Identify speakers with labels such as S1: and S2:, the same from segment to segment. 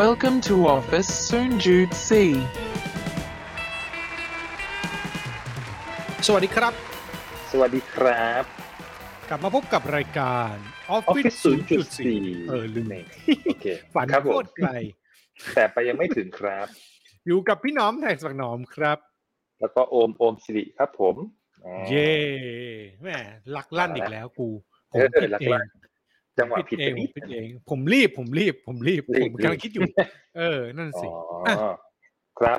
S1: Welcome to office Soonjoot C.
S2: สวัสดีครับ
S3: สวัสดีครับ
S2: กลับมาพบกับรายการ
S3: ออฟฟิ
S2: Office
S3: ศ
S2: 0.4
S3: 0.4
S2: เออลืม
S3: เมโอเค
S2: ฝัน
S3: ครับผ
S2: โค
S3: ม
S2: ตรไกล
S3: แต่ไปยังไม่ถึงครับ
S2: อยู่กับพี่หน้อมแท็กสักหนอมครับ
S3: แล้วก็โอมโอมสิริครับผมอ่า
S2: เย่แหม่ลักลั่นอีกแล้วกู ผม
S3: เออ
S2: ผิด
S3: ลัก
S2: เอ
S3: ลั่
S2: ง
S3: น จังหวะ
S2: ผิ
S3: ผิ
S2: ด
S3: ด
S2: เอ
S3: ไป
S2: งผ
S3: นิ
S2: ม
S3: ด
S2: ผิดเอง ผมรีบผมรีบผมรีบ
S3: รีบ
S2: ผมกำลัง
S3: รีบ
S2: คิดอยู่ เออ นั่น
S3: อ๋
S2: สิ
S3: อ
S2: อ่ะ
S3: อครับ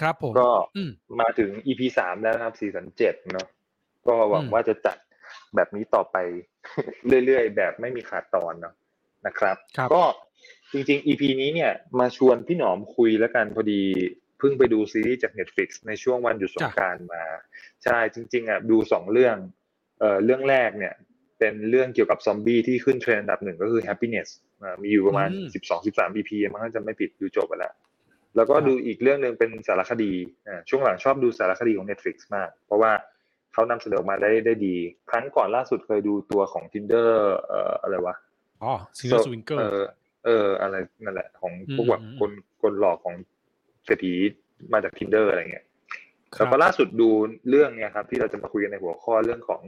S2: ครับผม
S3: ก็
S2: อืม
S3: มาถึง EP สามแล้วนะครับซีซั่นเจ็ดเนาะก็หวัง
S2: อืม
S3: ว่าจะจัดแบบนี้ต่อไป เรื่อยๆ แบบไม่มีขาดตอนเนาะนะครับ
S2: ครับ
S3: ก็จริงๆ EP นี้เนี่ยมาชวนพี่หนอมคุยแล้วกันพอดีเพิ่งไปดูซีรีส์จาก Netflix ในช่วงวันหยุดสงกรารมา ใช่จริงๆอ่ะดูสองเรื่องเอ่อเรื่องแรกเนี่ยเป็นเรื่องเกี่ยวกับซอมบี้ที่ขึ้นเทรนด์อันดับหนึ่งก็คือ happiness อ่ามีอยู่ประมาณ
S2: อืม
S3: 12 13 EP มั้งถ้าจะไม่ผิดดูจบไปแล้ว แล้วก็
S2: ครับ
S3: ดูอีกเรื่องหนึ่งเป็นสารคดีอ่าช่วงหลังชอบดูสารคดีของ Netflix มาก เพราะว่าเขานำเสนอออกมาได้ได้ดี ครั้งก่อนล่าสุดเคยดูตัวของ Tinder เอ่ออะไรวะ
S2: อ๋อซิงเกิลสวิงเกิล
S3: เออเออ อะไรนั่นแหละ ของพ
S2: อื
S3: วก
S2: ม
S3: แบบ
S2: อืม
S3: คนคนหลอกของเศรษฐีมาจากทินเดอร์อะไรเงี้ย
S2: ครับ
S3: แล้วก็ล่าสุดดูเรื่องเนี่ยครับ ที่เราจะมาคุยกันในหัวข้อเรื่องของ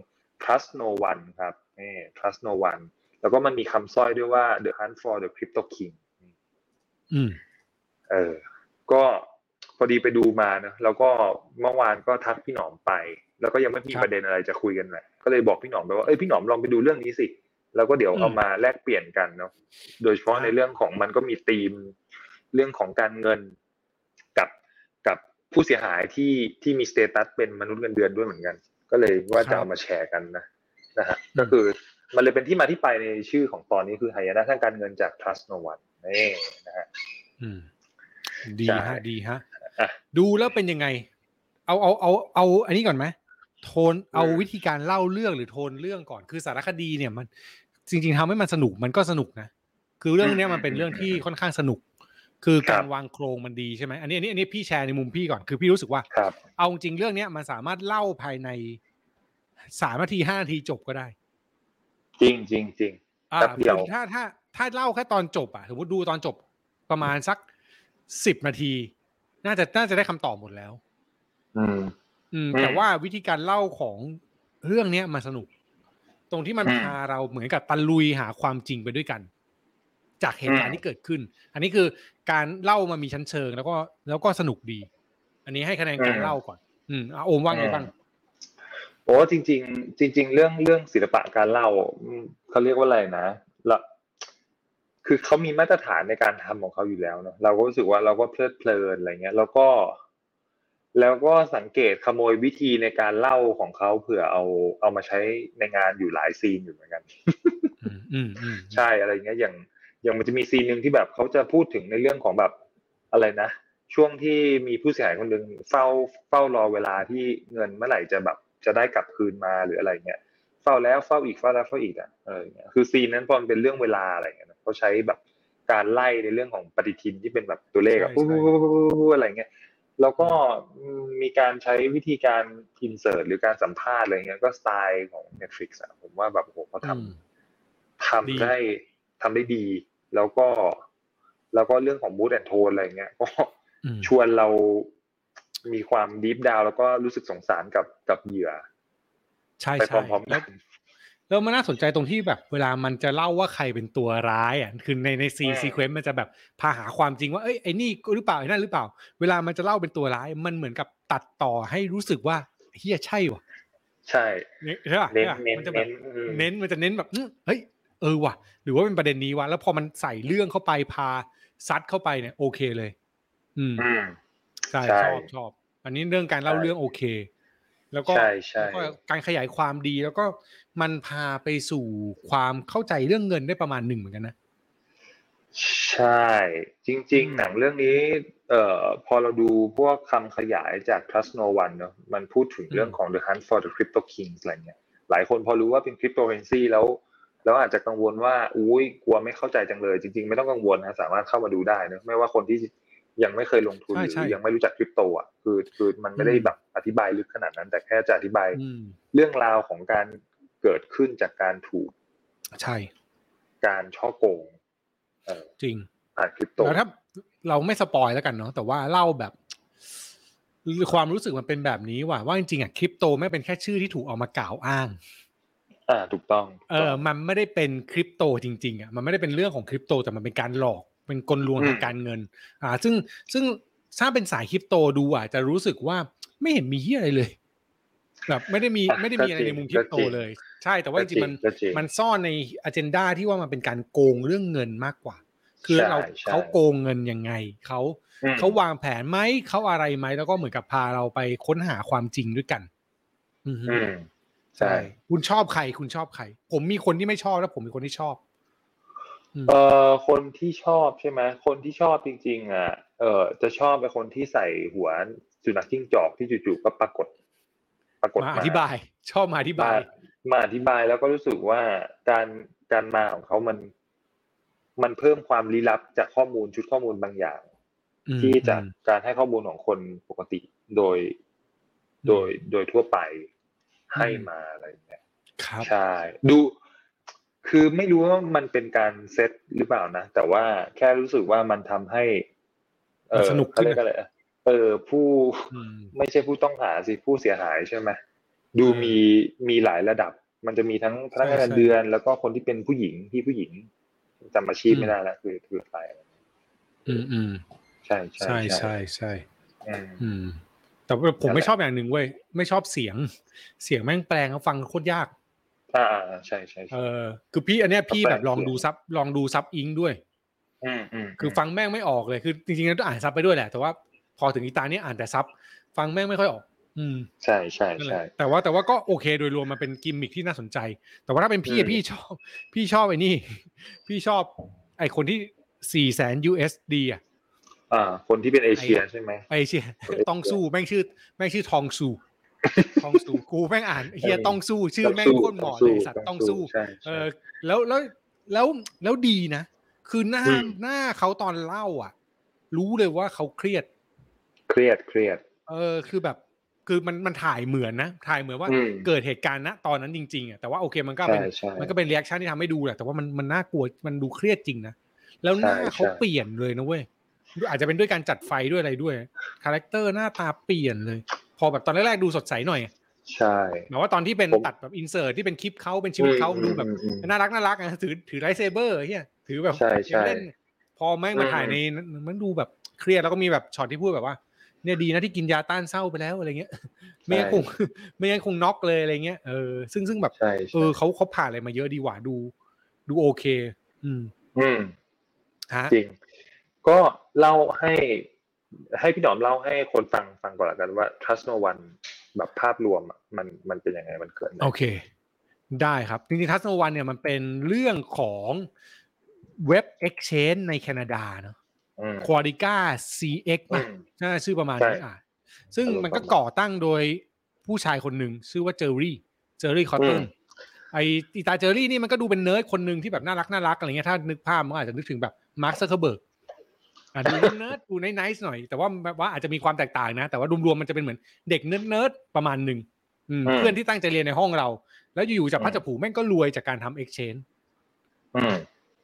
S3: trust no one ครับนี่ trust no one แล้วก็มันมีคำสร้อยด้วยว่า the hunt for the crypto king
S2: อืม
S3: เออ ก็พอดีไปดูมานะแล้วก็เมื่อวานก็ทักพี่หนอมไป แล้วก็ยังไม่มี
S2: ครับ
S3: ประเด็นอะไรจะคุยกันแหละก็เลยบอกพี่หนอมไปว่าเอ้ยพี่หนอมลองไปดูเรื่องนี้สิ แล้วก็เดี๋ยว
S2: อืม
S3: เอามาแลกเปลี่ยนกันเนาะโดยเฉพาะ
S2: ครับ
S3: ในเรื่องของมันก็มีธีมเรื่องของการเงินกับกับผู้เสียหายที่ที่มีสเตตัสเป็นมนุษย์เงินเดือนด้วยเหมือนกัน ก็เลยว่าจะเอามาแชร์กันนะนะฮะก็คือมันเลยเป็นที่มาที่ไปในชื่อของตอนนี้คือหายนะทางการเงินจาก trust no one นี่นะฮะ
S2: อืม ดี
S3: ใช่
S2: ฮะดีฮะ
S3: อ่ะ
S2: ดูแล้วเป็นยังไง เอาเอาเอาเอาอันนี้ก่อนไหมโทนเอา
S3: อืม
S2: วิธีการเล่าเรื่องหรือโทนเรื่องก่อนคือสารคดีเนี่ยมัน จริง ๆทำให้มันสนุกมันก็สนุกนะคือเรื่องเนี้ยมันเป็นเรื่องที่ค่อนข้างสนุก คือการวางโครงมันดีใช่ไหมอันนี้อันนี้อันนี้พี่แชร์ในมุมพี่ก่อนคือพี่รู้สึกว่า
S3: ครับ
S2: เอาจริงเรื่องเนี้ยมันสามารถเล่าภายในสามนาทีห้านาทีจบก็ได้
S3: จริงจริงจริง
S2: อ่า
S3: แป๊บเดียว
S2: คือถ้าถ้าถ้าเล่าแค่ตอนจบอ่ะสมมติดูตอนจบประมาณสักสิบนาที น่าจะน่าจะได้คำตอบหมดแล้ว
S3: อืม
S2: อืม
S3: อืม
S2: แต่ว่าวิธีการเล่าของเรื่องเนี้ยมันสนุก ตรงที่มัน
S3: อืม
S2: พาเราเหมือนกับตะลุยหาความจริงไปด้วยกัน จากเหตุการ
S3: อื
S2: ณ์
S3: ม
S2: ที่เกิดขึ้น อันนี้คือการเล่ามามีชั้นเชิง แล้วก็แล้วก็สนุกดี อันนี้ให้คะแนนการเล่าก่อน อืมอ่ะโอมว่าไงบ้าง
S3: โอ้จริง ๆ จริง ๆ เรื่องเรื่องศิลปะการเล่าอืมเขาเรียกว่าอะไรนะละคือเขามีมาตรฐานในการทำของเขาอยู่แล้วเนอะเราก็รู้สึกว่าเราก็เพลิดเพลินอะไรเงี้ย แล้วก็ แล้วก็สังเกตขโมยวิธีในการเล่าของเขาเผื่อเอาเอามาใช้ในงานอยู่หลายซีนอยู่เหมือนกัน
S2: อืมอืมอืม
S3: ใช่อะไรเงี้ยอย่างอย่างมันจะมีซีนหนึ่งที่แบบเขาจะพูดถึงในเรื่องของแบบอะไรนะ ช่วงที่มีผู้เสียหายคนหนึ่งเฝ้าเฝ้ารอเวลาที่เงินเมื่อไหร่จะแบบจะได้กลับคืนมาหรืออะไรเงี้ยเฝ้าแล้วเฝ้าอีกเฝ้าแล้วเฝ้าอีกอ่ะเอออย่างเงี้ยคือซีนนั้นพอมันเป็นเรื่องเวลาอะไรเงี้ยนะเขาใช้แบบการไล่ในเรื่องของปฏิทินที่เป็นแบบตัวเลขอะ
S2: ใช่
S3: ปุ๊บ
S2: ใช่
S3: ปุ๊บปุ๊บปุ๊บปุ๊บอะไรเงี้ยแล้วก็มีการใช้วิธีการอินเสิร์ตหรือการสัมภาษณ์อะไรเงี้ยก็สไตล์ของ Netflix อะผมว่าแบบโอ้โหเขาทำ
S2: อืม
S3: ทำ
S2: ดี
S3: ได้ทำได้ดี แล้วก็ แล้วก็เรื่องของมูดแอนโทนอะไรเงี้ย ก็
S2: อืม
S3: ชวนเรามีความดีฟดาวแล้วก็รู้สึกสงสารกับกับเหยื่อ
S2: ใช่
S3: ไป
S2: ใช่
S3: พร้อมๆกั
S2: แล้ว
S3: น
S2: แล้วมันน่าสนใจตรงที่แบบ เวลามันจะเล่าว่าใครเป็นตัวร้ายอ่ะคือในในซี
S3: อืม
S2: ซีเควนต์มันจะแบบพาหาความจริงว่าเอ้ยไอ้นี่หรือเปล่าไอ้นั่นหรือเปล่า เวลามันจะเล่าเป็นตัวร้ายมันเหมือนกับตัดต่อให้รู้สึกว่าเฮียใช่วะ
S3: ใช่
S2: เนี่ยใช่ป่ะ
S3: เน้น
S2: ใช่ป่ะ
S3: เน้น
S2: มัจะแบ
S3: เน้
S2: บ
S3: นอืม
S2: เน้นมันจะเน้นแบบอื้อเฮ้ยเออว่ะ หรือว่าเป็นประเด็นนี้วะแล้วพอมันใส่เรื่องเข้าไปพาซัดเข้าไปเนี่ย โอเคเลย อืม
S3: อืม
S2: ใช่ช
S3: ใช่
S2: อบชอบ อันนี้เรื่องการเล่า
S3: ใช่
S2: เรื่องโอเค แล้วก็
S3: ใช่ใช่
S2: แล้วก็การขยายความดีแล้วก็มันพาไปสู่ความเข้าใจเรื่องเงินได้ประมาณหนึ่งเหมือนกันนะ
S3: ใช่ จริง
S2: อืม
S3: ๆ หนังเรื่องนี้ เอ่อพอเราดูพวกคำขยายจาก Trust No One เนอะมันพูดถึงเรื่องของ The Hunt for the Crypto Kings อะไรเงี้ยหลายคนพอรู้ว่าเป็นคริปโตเคอเรนซีแล้ว แล้วอาจจะกังวลว่าอุ้ยกลัวไม่เข้าใจจังเลย จริง ๆ ไม่ต้องกังวลนะ สามารถเข้ามาดูได้เนอะไม่ว่าคนที่ยังไม่เคยลงทุน
S2: ใช่
S3: หรื
S2: ใช่
S3: อยังไม่รู้จักคริปโตอ่ะคือคือมันไม่ได้
S2: อืม
S3: แบบอธิบายลึกขนาดนั้น แต่แค่จะอธิบาย
S2: อืม
S3: เรื่องราวของการเกิดขึ้นจากการถูก
S2: ใช่
S3: การช่อโกง
S2: จริง
S3: ผ่านคริปโต
S2: แล้วถ้าเราไม่สปอยแล้วกันเนาะแต่ว่าเล่าแบบความรู้สึกมันเป็นแบบนี้ว่ะว่าจริงๆอ่ะคริปโตไม่งเป็นแค่ชื่อที่ถูกเอามากล่าวอ้าง
S3: อ่าถูกต้อง
S2: เออ มันไม่ได้เป็นคริปโตจริงๆอ่ะ มันไม่ได้เป็นเรื่องของคริปโตแต่มันเป็นการหลอก เป็นกลลวงทางการเงิน อ่า ซึ่งซึ่งถ้าเป็นสายคริปโตดูอาจจะรู้สึกว่าไม่เห็นมีเฮียอะไรเลย แบบไม่ได้มีไม่ได้มีอะไรในมุมคริปโตเลย ใช่ แต่ว่าจริงๆมัน
S3: ก็จริง
S2: มันซ่อนในอ g e n d a ที่ว่ามันเป็นการโกงเรื่องเงินมากกว่า คือ
S3: ใช่
S2: เรา
S3: ใช่
S2: เขาโกงเงินยังไงเขา
S3: อืม
S2: เขาวางแผนไหมเขาอะไรไหมแล้วก็เหมือนกับพาเราไปค้นหาความจริงด้วยกัน อือฮึ
S3: อืม ใช่
S2: ใช่ คุณชอบใคร คุณชอบใคร ผมมีคนที่ไม่ชอบแล้วผมมีคนที่ชอบ
S3: เออคนที่ชอบใช่ไหมคนที่ชอบจริงๆอ่ะเออจะชอบเป็นคนที่ใส่หัวสุนัขจิ้งจอกที่จู่ๆก็ปรากฏ ปรากฏ
S2: มาอธิบาย ชอบมาอธิบาม
S3: าย มาอธิบายแล้วก็รู้สึกว่าการการมาของเขามัน มันเพิ่มความลี้ลับจากข้อมูลชุดข้อมูลบางอย่าง
S2: อืม
S3: ที่จาก
S2: อืม
S3: การให้ข้อมูลของคนปกติโดย โดยโดยทั่วไปให้
S2: อืม
S3: มาอะไรอย่างเงี้ย
S2: ครับ
S3: ใช่ดูคือไม่รู้ว่ามันเป็นการเซตหรือเปล่านะ แต่ว่าแค่รู้สึกว่ามันทำให้ เอ
S2: มัน
S3: อ
S2: สนุกขึ้
S3: เขา
S2: น
S3: เรี
S2: นะ
S3: ยกอะไรอะเออผู้
S2: อืม
S3: ไม่ใช่ผู้ต้องหาสิผู้เสียหายใช่ไหมดู
S2: อืม
S3: มีมีหลายระดับ มันจะมีทั้งพนักงาน
S2: ใช่
S3: เงินเดือน แล้วก็คนที่เป็นผู้หญิงที่ผู้หญิงจำอาชีพ
S2: อืม
S3: ไม่ได้ละคือคือใคร
S2: อืมอืม
S3: ใช่ใช่
S2: ใช่ใช่ใช่
S3: อืม
S2: อืม แต่ว่าผม
S3: นั่นแหละ
S2: ไม่ชอบอย่างหนึ่งเว้ย ไม่ชอบเสียง เสียงแม่งแปลงแล้วฟังโคตรยาก
S3: อ่าใช่ใช่
S2: เอ
S3: ใช่
S2: อ คือพี่อันเนี้ยพี่
S3: แปลง
S2: แบบลอง
S3: เสียง
S2: ดูซับ ลองดูซับอิงด้วย
S3: อืมอืม
S2: คือฟังแม่งไม่ออกเลย คือจริงๆแล้วต้องอ่านซับไปด้วยแหละ แต่ว่าพอถึงอีตาเนี้ยอ่านแต่ซับ ฟังแม่งไม่ค่อยออก อืม
S3: ใช่ใช่
S2: นั่นแห
S3: ใช่
S2: ละแต่ว่าแต่ว่าก็โอเคโดยรวมมันเป็นกิมมิคที่น่าสนใจ แต่ว่าถ้าเป็นพี่
S3: อื
S2: อะ
S3: ม
S2: พี่ช อบ พี่ชอบไอ้นี่ พี่ชอบไอ้คนที่สี่แสน USD อ่ะ
S3: อ่า คนที่เป็นเอเชียใช่ไหม
S2: ไอ้เชี่ยต้องสู้แม่งชื่อแม่งชื่อทองสูทองสูกูแม่งอ่านเฮีย
S3: เออ
S2: ต้องสู้ชื่อแม่งโคตรเหมาะเลยสัตว์ต้องสู้
S3: ใช่
S2: เอ
S3: ใช่
S2: อแล้วแล้วแล้วแล้วดีนะ คือหน้า
S3: อืม
S2: หน้าเขาตอนเล่าอ่ะ รู้เลยว่าเขาเครียด
S3: เครียดเครียด
S2: เออคือแบบคือมันมันถ่ายเหมือนนะถ่ายเหมือนว่า
S3: อืม
S2: เกิดเหตุการณ์ณตอนนั้นจริงๆอ่ะแต่ว่าโอเคมันก็
S3: ใช่
S2: เป็น
S3: ใช่
S2: มันก็เป็นเรีแอคชั่นที่ทำให้ดูแหละ แต่ว่ามันมันน่ากลัวมันดูเครียดจริงนะ แล้วหน้า
S3: ใช่ใช่
S2: เขาเปลี่ยนเลยนะเว้ยด้วยอาจจะเป็นด้วยการจัดไฟด้วยอะไรด้วยคาแรคเตอร์หน้าตาเปลี่ยนเลย พอแบบตอนแรกๆดูสดใสหน่อย
S3: ใช่
S2: หมายว่าตอนที่เป็น
S3: ผม
S2: ตัดแบบอินเสิร์ตที่เป็นคลิปเขาเป็นชีวิตเขาดูแบบ
S3: อืมอืม
S2: น่ารักน่ารักนะถือถือไรเซเบอร์เฮียถือแบบ
S3: ใช่ใช่
S2: เล่นพอแม่งมาถ่ายในมันดูแบบเครียดแล้วก็มีแบบช็อตที่พูดแบบว่า เนี่ยดีนะที่กินยาต้านเศร้าไปแล้วอะไรเงี้ย ไม่งั้น
S3: ใช่
S2: คงไม่งั้นคงน็อกเลยอะไรเงี้ยเออซึ่งซึ่งแบบ
S3: ใช่
S2: เอ
S3: ใช่
S2: อเขาเขาผ่านอะไรมาเยอะดีหว่าดู ดูโอเค อืม
S3: อืม
S2: ฮะ
S3: จริง ก็เล่าให้ ให้พี่หนอมเล่าให้คนฟังฟังก่อนละกันว่า trust no one แบบภาพรวมอะมันมันเป็นยังไงมันเกิดอะไร
S2: โอเค ได้ครับ จริงๆทัศนวันเนี่ยมันเป็นเรื่องของเว็บ Exchange ในแคนาดาเนาะ
S3: อืม
S2: ควอริก้า CX
S3: อื
S2: ป่ะ
S3: ม
S2: น่าชื่อประมาณนี้
S3: ใช่
S2: อ่ะซึ่ง
S3: อารมณ์
S2: มันก็
S3: ประมาณ
S2: ก่อตั้งโดยผู้ชายคนหนึ่งชื่อว่าเจอรี่ เจอรี่คอตเตอ
S3: อืม
S2: ร์ไออีตาเจอรี่นี่มันก็ดูเป็นเนิร์ดคนหนึ่งที่แบบน่ารักน่ารักอะไรเงี้ยถ้านึกภาพมันก็อาจจะนึกถึงแบบมาร์คซักเคอร์เบิร์ก อ่ะดูเนิร์ด ๆดูไนท์ๆหน่อย แต่ว่าแบบว่าอาจจะมีความแตกต่างนะ แต่ว่ารวมๆมันจะเป็นเหมือนเด็กเนิร์ดๆประมาณหนึ่งอืม
S3: อืม
S2: เพื่อนที่ตั้งใจเรียนในห้องเรา แล้วอยู่ๆจาก
S3: อืม
S2: พัดจับผูแม่งก็รวยจากการทำเอ็กชแนน
S3: อืม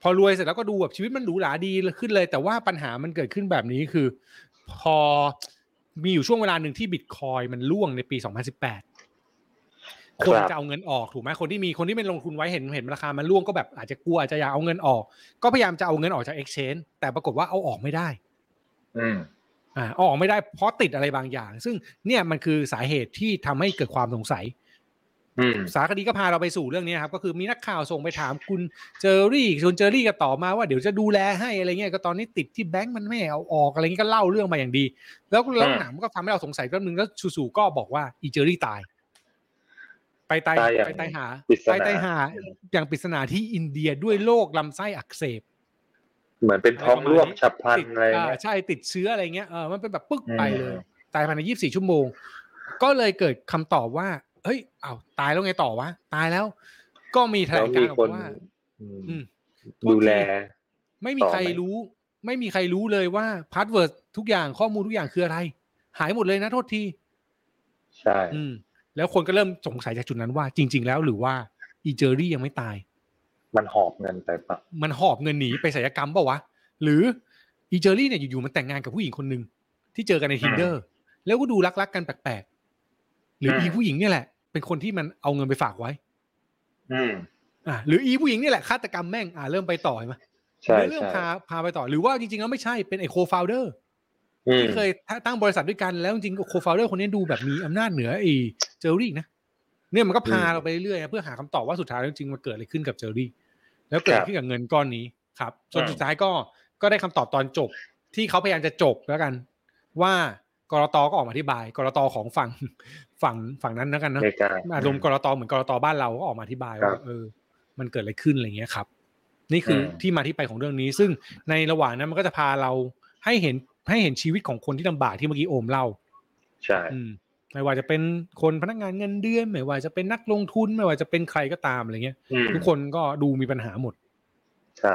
S2: พอรวยเสร็จแล้วก็ดูแบบชีวิตมันหรูหราดีขึ้นเลย แต่ว่าปัญหามันเกิดขึ้นแบบนี้คือ พอมีอยู่ช่วงเวลาหนึ่งที่บิตคอยมันล่วงในปี 2018 คนจะเอาเงินออกถูกไหมคนที่มีคนที่เป็นลงทุนไว้เห็นเห็นราคามันล่วงก็แบบอาจจะกลัวอาจจะอยากเอาเงินออก ก็พยายามจะเอาเงินออกจาก Exchange แต่ปรากฏว่าเอาออกไม่ได้
S3: อืม
S2: อ่าเอาออกไม่ได้เพราะติดอะไรบางอย่าง ซึ่งเนี่ยมันคือสาเหตุที่ทำให้เกิดความสงสัย
S3: อืม
S2: สารคดีก็พาเราไปสู่เรื่องนี้ครับก็คือมีนักข่าวส่งไปถามคุณเจอรี่คุณเจอรี่ก็ตอบมาว่าเดี๋ยวจะดูแลให้อะไรเงี้ยก็ตอนนี้ติดที่แบงก์มันไม่ให้เอาออกอะไรเงี้ยก็เล่าเรื่องมาอย่างดี แล้วแล้ว
S3: อืม
S2: หนังมันก็ทำให้เราสงสัยเรื่องนึงแล้วสู่ๆก็บอกว่าอีเจอรี่ตาย ไปตาย
S3: ตายอย่าง
S2: ไปตายหา
S3: ปริศนา
S2: ไปตายหาอย่างปริศนาที่อินเดียด้วยโรคลำไส้อักเสบ
S3: เหมือนเป็นท้องร่วงฉับพลัน
S2: ติด
S3: อะไร
S2: อ่า
S3: เงี้ย
S2: ใช่ติดเชื้ออะไรเงี้ยเออมันเป็นแบบปึ๊ก
S3: อืม
S2: ไปเลยตายภายใน 24 ชั่วโมง ก็เลยเกิดคำตอบว่า เฮ้ยอ้าวตายแล้วไงต่อวะ ตายแล้ว ก็มีแถล
S3: แล้ว
S2: ง
S3: มี
S2: การออ
S3: คน
S2: กมาว่า
S3: อืม
S2: อืม
S3: ดูแล
S2: ไม่มีใคร
S3: ต่อไหม
S2: รู้ ไม่มีใครรู้เลยว่าพาสเวิร์ดทุกอย่างข้อมูลทุกอย่างคืออะไร หายหมดเลยนะโทษที
S3: ใช่
S2: อืม แล้วคนก็เริ่มสงสัยจากจุดนั้นว่า จริง ๆ แล้วหรือว่าอีเจอรี่ยังไม่ตาย
S3: มันหอบเงินไปปะ
S2: มันหอบเงินหนีไปศัลยกรรมเปล่าวะ หรืออีเจอรี่เนี่ยอยู่ๆมันแต่งงานกับผู้หญิงคนหนึ่งที่เจอกันใน tinder แล้วก็ดูรักๆกันแปลกๆ หรืออีผู้หญิงเนี่ยแหละ เป็นคนที่มันเอาเงินไปฝากไว้
S3: อืม
S2: อ่ะหรืออีผู้หญิงนี่แหละฆาตกรรมแม่งอ่ะเริ่มไปต่อเห็นไหม
S3: ใช่
S2: เดี๋ยวเริ่ม
S3: ใช่
S2: พาพาไปต่อหรือว่าจริงๆแล้วไม่ใช่เป็นไอโคฟาวเดอร์
S3: อืม
S2: ที่เคยตั้งบริษัทด้วยกันแล้วจริงๆโคฟาวเดอร์คนนี้ดูแบบมีอำนาจเหนือไอเจอรี่อีกนะเนี่ยมันก็พาเราไปเรื่อยๆนะเพื่อหาคำตอบว่าสุดท้ายแล้วจริงๆมันเกิดอะไรขึ้นกับเจอรี่แล้วเกิดอะไรขึ้นกับเงินก้อนนี้ครับจนสุดท้ายก็ก็ได้คำตอบตอนจบ ที่เขาพยายามจะจบแล้วกัน ว่ากรตก็ออกมาอธิบายกรตของฝั่งฝั่งฝั่งนั้นแล้วกันเนอะ
S3: เมกา
S2: อารมณ์กรตเหมือนกรตบ้านเราก็ออกมาอธิบาย
S3: ค
S2: ว่า
S3: รับ
S2: เออ มันเกิดอะไรขึ้นอะไรเงี้ยครับ นี่คืออ
S3: ม
S2: ที่มาที่ไปของเรื่องนี้ ซึ่งในระหว่างนั้นมันก็จะพาเราให้เห็นให้เห็นชีวิตของคนที่ลำบากที่เมื่อกี้โอมเล่า
S3: ใช่
S2: อืมไม่ว่าจะเป็นคนพนักงานเงินเดือนไม่ว่าจะเป็นนักลงทุนไม่ว่าจะเป็นใครก็ตามอะไรเงี้ย
S3: อืม
S2: ทุกคนก็ดูมีปัญหาหมด
S3: ใช่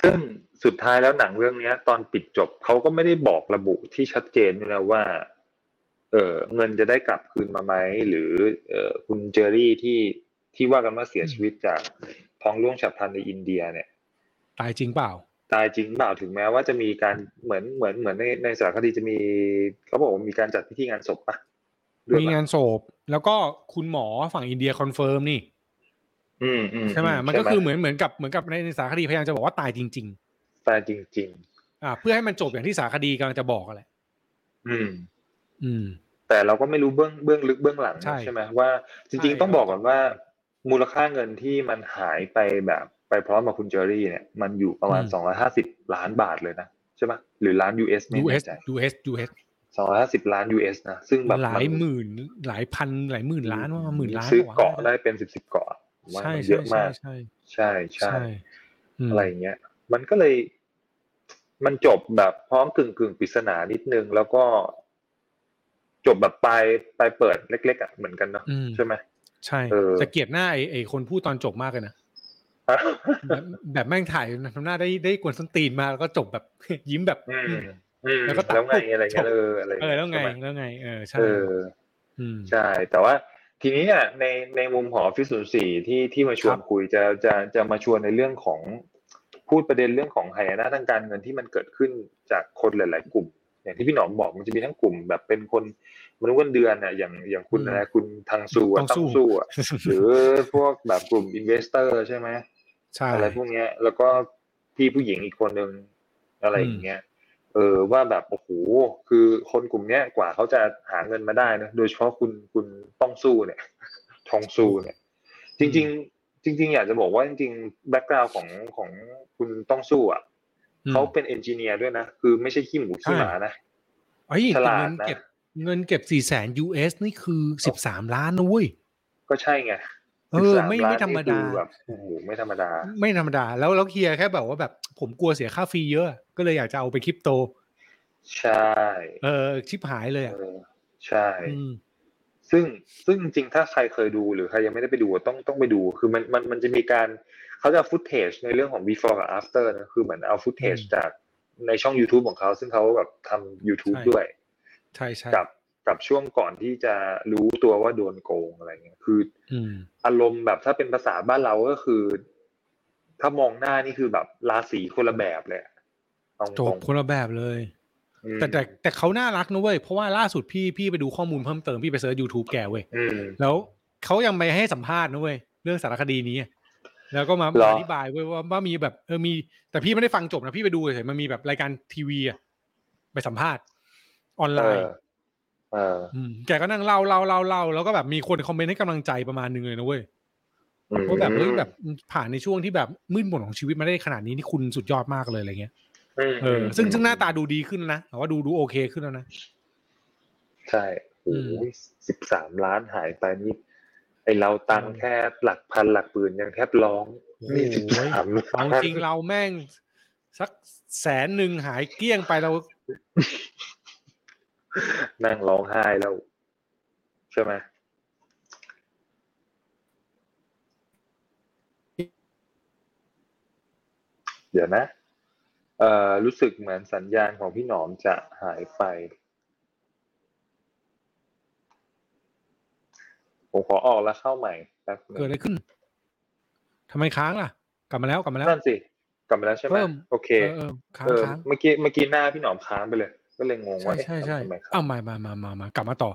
S3: ซึ่งสุดท้ายแล้วหนังเรื่องเนี้ย ตอนปิดจบเขาก็ไม่ได้บอกระบุที่ชัดเจนด้วยนะว่า เออเงินจะได้กลับคืนมาไหมหรือ เออคุณเจอรี่ที่ที่ว่ากันว่าเสียชีวิตจากท้องร่วงฉับพลันในอินเดียเนี่ย
S2: ตายจริงเปล่า
S3: ตายจริงเปล่าถึงแม้ว่าจะมีการเหมือนเหมือนเหมือนในในสารคดีจะมีเขาบอกว่ามีการจัดพิธีงานศพปะด้วย
S2: มี
S3: ปะ
S2: งานศพแล้วก็คุณหมอฝั่งอินเดียคอนเฟิร์มนี่
S3: อืมอืม
S2: ใช่ไหมมันก็คือเหมือนเหมือนกับเหมือนกับในในสารคดีพยายามจะบอกว่าตายจริง ๆ
S3: ตายจริง
S2: อ่าเพื่อให้มันจบอย่างที่สารคดีกำลังจะบอกอะแหละ
S3: ๆ อืม
S2: อืม
S3: แต่เราก็ไม่รู้เบื้องเบื้องลึกเบื้องหลังนะ
S2: ใช่
S3: ไหมว่าจริง
S2: ใช่
S3: ๆต้องบอกก่อนว่า มูลค่าเงินที่มันหายไปแบบ ไปพร้อมกับคุณเจอรี่เนี่ยมันอยู่ประมาณสองร้อยห้าสิบล้านบาทเลยนะใช่ไหมหรือล้าน US ไม่แน่
S2: US
S3: ใจ
S2: US US
S3: สองร้อยห้าสิบล้าน US นะซึ่งแบบ
S2: หลาย
S3: น
S2: หมื่นหลายพันหลายหมื่นล้านว่าหมื่นล้าน
S3: ซื้อ
S2: ว่
S3: เกาะได้เป็นสิบสิบเกาะผมว่า
S2: ใช่
S3: มันเย
S2: ใช่ใช่
S3: อะมาก
S2: ใช่
S3: ใช่ใช่
S2: ใช่อืม
S3: อะไรอย่างเงี้ย มันก็เลย มันจบแบบพร้อมกึ่งกึ่งๆปริศนานิดนึง แล้วก็จบแบบปลายปลายเปิดเล็ก ๆอ่ะเหมือนกันเนาะ
S2: อืม
S3: ใช่ไหม
S2: ใช่
S3: เออ
S2: จะเกลียดหน้าไอ้ไอ้คนพูดตอนจบมากเลยนะ
S3: อ่ะ
S2: แบบแบบแม่งถ่ายทำหน้าได้ได้กวนส้นตีนมาแล้วก็จบแบบ ยิ้มแบบ
S3: อืมอืม
S2: แล้
S3: แล้ว
S2: วก็ตัด
S3: ไงอะไร
S2: จบ
S3: เงี้ยเอออะไร
S2: เออแล้วไง
S3: ใช่หม
S2: แล้วไง เออใช่
S3: เออ
S2: ืม
S3: ใช่ แต่ว่าทีนี้เนี่ยในในมุมของฟิศูนย์สี่ที่ที่มาชวน
S2: ครับ
S3: คุยจะจะจะมาชวนในเรื่องของพูดประเด็นเรื่องของไหายนะทางการเงินที่มันเกิดขึ้นจากคนหลาย ๆ กลุ่ม อย่างที่พี่หนอมบอกมันจะมีทั้งกลุ่มแบบเป็นคนมนุษย์เงินเดือนน่ะอย่างอย่างคุณอะไรคุณทางซูอะต้องสู้อะหรือพวกแบบกลุ่มอินเวสเตอร์ใช่ไหม
S2: ใช่
S3: อะไรพวกเนี้ย แล้วก็พี่ผู้หญิงอีกคนหนึ่งอะไร
S2: อืม
S3: อย่างเงี้ย เออว่าแบบโอ้โหคือคนกลุ่มเนี้ยกว่าเขาจะหาเงินมาได้นะโดยเฉพาะคุณคุณต้องสู้เนี่ย ทองสู้เนี่ย จริง ๆ จริง ๆ อยากจะบอกว่าจริงๆแบ็กกราวของของคุณต้องสู้อ่ะ
S2: อืม
S3: เขาเป็นเอนจิเนียร์ด้วยนะ คือไม่ใช่ขี้หมูขี้หมานะ
S2: เอ้ย
S3: ฉลาด
S2: เงิน
S3: นะ
S2: เก็บเงินเก็บสี่แสน US นี่คือสิบสามล้านนะเว้ย
S3: ก็ใช่ไง
S2: เออไม่
S3: 13ล้น
S2: ไม่ธรรม
S3: นี่คื
S2: ดา
S3: อแบบโอ้โหไม่ธรรมดา
S2: ไม่ธรรมดา แล้วแล้วเฮียแค่แบบว่าแบบผมกลัวเสียค่าฟรีเยอะ ก็เลยอยากจะเอาไปคริปโต
S3: ใช่
S2: เออชิบหายเลยอ่ะ
S3: เออใช่
S2: อืม
S3: ซึ่งซึ่งจริงๆ ถ้าใครเคยดูหรือใครยังไม่ได้ไปดูต้องต้องไปดู คือมันมันมันจะมีการเขาจะฟุตเทจในเรื่องของ before กับ after นะคือเหมือนเอาฟุตเทจ
S2: อืม
S3: จากในช่อง YouTube ของเขา ซึ่งเขาแบบทำ YouTube
S2: ใช่
S3: ด้วย
S2: ใช่ใช่
S3: กับกับช่วงก่อนที่จะรู้ตัวว่าโดนโกงอะไรเงี้ยคือ
S2: อืม
S3: อารมณ์แบบถ้าเป็นภาษาบ้านเราก็คือ ถ้ามองหน้านี่คือแบบราศีคนละแบบเลยอะเอา
S2: จ
S3: ต
S2: บ
S3: รง
S2: คนละแบบเลย
S3: ๆอืม
S2: แต่แต่แต่เขาน่ารักนะเว้ย เพราะว่าล่าสุดพี่พี่ไปดูข้อมูลเพิ่มเติม พี่ไปเสิร์ช YouTube แกเว้ย
S3: อืม
S2: แล้วเขายังไปให้สัมภาษณ์นะเว้ย เรื่องสารคดีนี้อะแล้วก็มา
S3: เหรอ
S2: อธิบายเว้ยว่าว่ามีแบบเออมี แต่พี่ไม่ได้ฟังจบนะพี่ไปดูเฉยๆมันมีแบบรายการทีวีอะไปสัมภาษณ์ออนไล
S3: เอ
S2: น์
S3: อเออ
S2: อืมแกก็นั่งเล่าเล่าเล่าเล่าแล้วก็แบบมีคนคอมเมนต์ให้กำลังใจประมาณนึงเลยนะเว้ยว่าแบบเฮ้ยแบบผ่านในช่วงที่แบบมืดมนของชีวิตมาได้ขนาดนี้นี่คุณสุดยอดมากเลยอะไรเงี้ย
S3: ม
S2: เอออซึ่งซึ่งหน้าตาดูดีขึ้นนะแต่ว่าดูดูโอเคขึ้นแล้วนะ
S3: ใช่โอ้
S2: อืม
S3: ยสิบสามล้านหายไปนี่ไอเราตังค์แค่หลักพันหลักหมื่นยังแทบร้อง
S2: โอ้
S3: นี่
S2: โห
S3: สิบสามล้า
S2: เอา
S3: น
S2: จริงเราแม่งสักแสนหนึ่งหายเกลี้ยงไปเรา
S3: นั่งร้องไห้แล้ว ใช่ไหมเดี๋ยวนะ เอ่อรู้สึกเหมือนสัญญาณของพี่หนอมจะหายไป ผมขอออกแล้วเข้าใหม่แป๊บหนึง
S2: เกิดอะไรขึ้นทำไมค้างล่ะ กลับมาแล้วกลับมาแล้ว
S3: นั่นสิ กลับมาแล้วใช่ไหม
S2: เพิ่ม
S3: โอเค
S2: เออเออค้าง
S3: เออ
S2: ค้าง
S3: เมื่อกี้เมื่อกี้หน้าพี่หนอมค้างไปเลย ก็เลยงง
S2: ใช่
S3: ว่าเอ๊ะ
S2: ใช่ใช่
S3: ทำไมครับ
S2: เอามามามามามากลับมาต่อ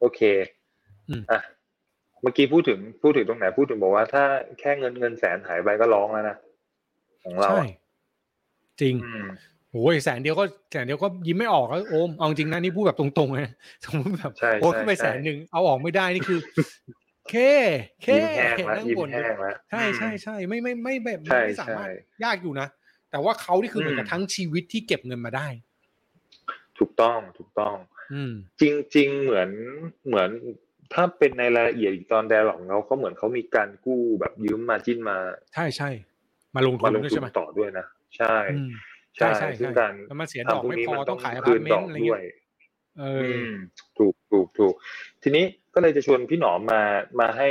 S3: โอเค
S2: อืม
S3: อ่ะเมื่อกี้พูดถึงพูดถึงตรงไหนพูดถึงบอกว่าถ้าแค่เงินเงินแสนหายไปก็ร้องแล้วนะของเรา
S2: ใช่
S3: อะ
S2: จริง
S3: อืม
S2: โอ้ยแสนเดียวก็แสนเดียวก็ยิ้มไม่ออกแล้วโอมเอาจริงนะนี่ พูดแบบตรงๆเลยสมมติแบบ
S3: ใช่
S2: โอนขึ้นไป
S3: ใช่
S2: แสนหนึ่งเอาออกไม่ได้นี่คือ เคเค
S3: ยิ้มแห้งแล้ว
S2: นั่ง
S3: ยิ้ม
S2: บ่น
S3: แห้งแล้ว
S2: ใช่ใช่ใช่ไม่ไม่ไม่แบบ
S3: ใช่
S2: ไม่สา
S3: ใช่
S2: มารถยากอยู่นะ แต่ว่าเขานี่คือเหมือนกับ
S3: อืม
S2: ทั้งชีวิตที่เก็บเงินมาได้
S3: ถูกต้องถูกต้อง
S2: อืม
S3: จริง ๆ เหมือนเหมือนถ้าเป็นในรายละเอียดอีกตอนแดร์ของเขาก็เหมือนเขามีการกู้แบบยืมมาจิ้นมา
S2: ใช่ใช่มาลงทุ
S3: มาน ลง
S2: ด้วย
S3: ทุ
S2: ใช่
S3: น
S2: ไหม
S3: ต่อด้วยนะ ใช่
S2: อืม
S3: ใช่
S2: ใช่ใช่
S3: ซึ่งการ
S2: แล้วมันเสียดอ
S3: ทำ
S2: ก
S3: พวก
S2: ไม่
S3: นี้
S2: พอ
S3: มัน
S2: ต้
S3: ต้
S2: อ
S3: อง ง
S2: ขายอพา
S3: คื
S2: ร์ต
S3: น
S2: เม
S3: ด
S2: น
S3: อ
S2: ต์
S3: ก
S2: อะไร
S3: ด้ว
S2: เงี้ย
S3: ย
S2: เอ
S3: อื
S2: ออ
S3: มถูกถูกถูกทีนี้ก็เลยจะชวนพี่หนอมมามาให้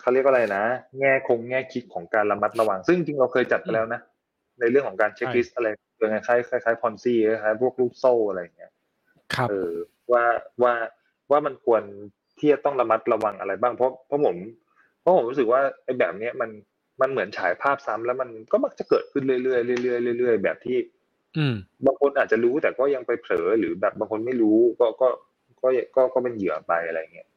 S3: เขาเรียกว่าอะไรนะ แง่คงแง่คิดของการระมัดระวัง ซึ่งจริงเราเคยจัดไปแล้วนะ ในเรื่องของการเช็คลิสต์อะไรเรื่องคล้ายคล้ายคล้ายพอนซี่คล้ายๆพวกลูกโซ่อะไรอย่างเงี้ย
S2: ครับ
S3: เออว่าว่าว่ามันควรที่จะต้องระมัดระวังอะไรบ้างเพราะเพราะผมเพราะผมรู้สึกว่าไอ้แบบเนี้ยมันมันเหมือนฉายภาพซ้ำแล้วมันก็มักจะเกิดขึ้นเรื่อยๆเรื่อยๆเรื่อยๆแบบที่
S2: อืม
S3: บางคนอาจจะรู้แต่ก็ยังไปเผลอหรือแบบบางคนไม่รู้ก็ก็ก็ก็ก็เป็นเหยื่อไปอะไรเงี้ย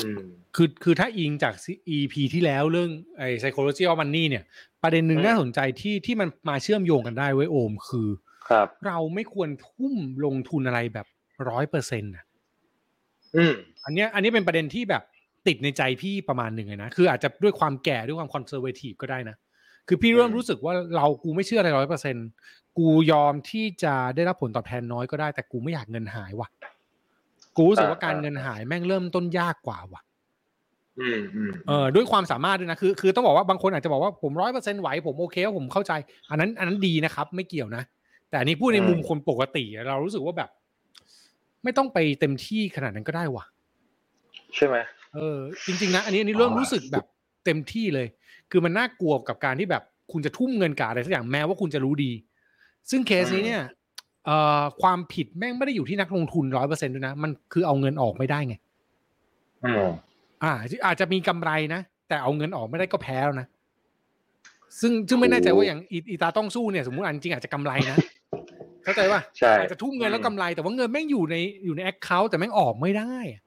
S3: อืม
S2: คือคือถ้าอิงจาก EP ที่แล้วเรื่องไอ้ psychology of money เนี่ย ประเด็นหนึ่ง
S3: อืม
S2: น่าสนใจที่ที่มันมาเชื่อมโยงกันได้ไว้ยโอม คือ
S3: ครับ
S2: เราไม่ควรทุ่มลงทุนอะไรแบบร้อยเปอร์เซ็นต์ะ
S3: อืม
S2: อันเนี้ยอันนี้เป็นประเด็นที่แบบติดในใจพี่ประมาณหนึ่งเลยนะ คืออาจจะด้วยความแก่ด้วยความคอนเซอร์เวทีฟก็ได้นะ คือพี่เริ่ม
S3: อืม
S2: รู้สึกว่าเรากูไม่เชื่ออะไรร้อยเปอร์เซ็นต์กูยอมที่จะได้รับผลตอบแทนน้อยก็ได้แต่กูไม่อยากเงินหายว่ะ กูรู้สึกว่าการเงินหายแม่งเริ่มต้นยากกว่าว่ะ
S3: อืมอืม
S2: เออด้วยความสามารถด้วยนะคือคือต้องบอกว่าบางคนอาจจะบอกว่าผมร้อยเปอร์เซ็นต์ไหวผมโอเคผมเข้าใจ อันนั้นอันนั้นดีนะครับ ไม่เกี่ยวนะ แต่อันนี้พูดในมุมคนปกติ เรารู้สึกว่าแบบ ไม่ต้องไปเต็มที่ขนาดนั้นก็ได้ว่ะ
S3: ใช่ไหม
S2: เออ จริง ๆ นะ อันนี้อันนี้เริ่มรู้สึกแบบเต็มที่เลย คือมันน่ากลัวกับการที่แบบคุณจะทุ่มเงินกับอะไรสักอย่างแม้ว่าคุณจะรู้ดี ซึ่งเคสนี้เนี่ยเอ่อความผิดแม่งไม่ได้อยู่ที่นักลงทุนร้อยเปอร์เซ็นต์ด้วยนะมันคือเอาเงินออกไม่ได้ไง
S3: อืม
S2: อ่าอาจจะมีกำไรนะ แต่เอาเงินออกไม่ได้ก็แพ้แล้วนะ ซึ่งซึ่งไม่แน่ใจว่าอย่างอีอีตาต้องสู้เนี่ยสมมติอันจริงอาจจะกำไร นะ เข้าใจป่ะ
S3: ใช่
S2: อาจจะทุ่มเงินแล้วกำไร แต่ว่าเงินแม่งอยู่ในอยู่ในแอคเคาท์แต่แม่งออกไม่ได้อะ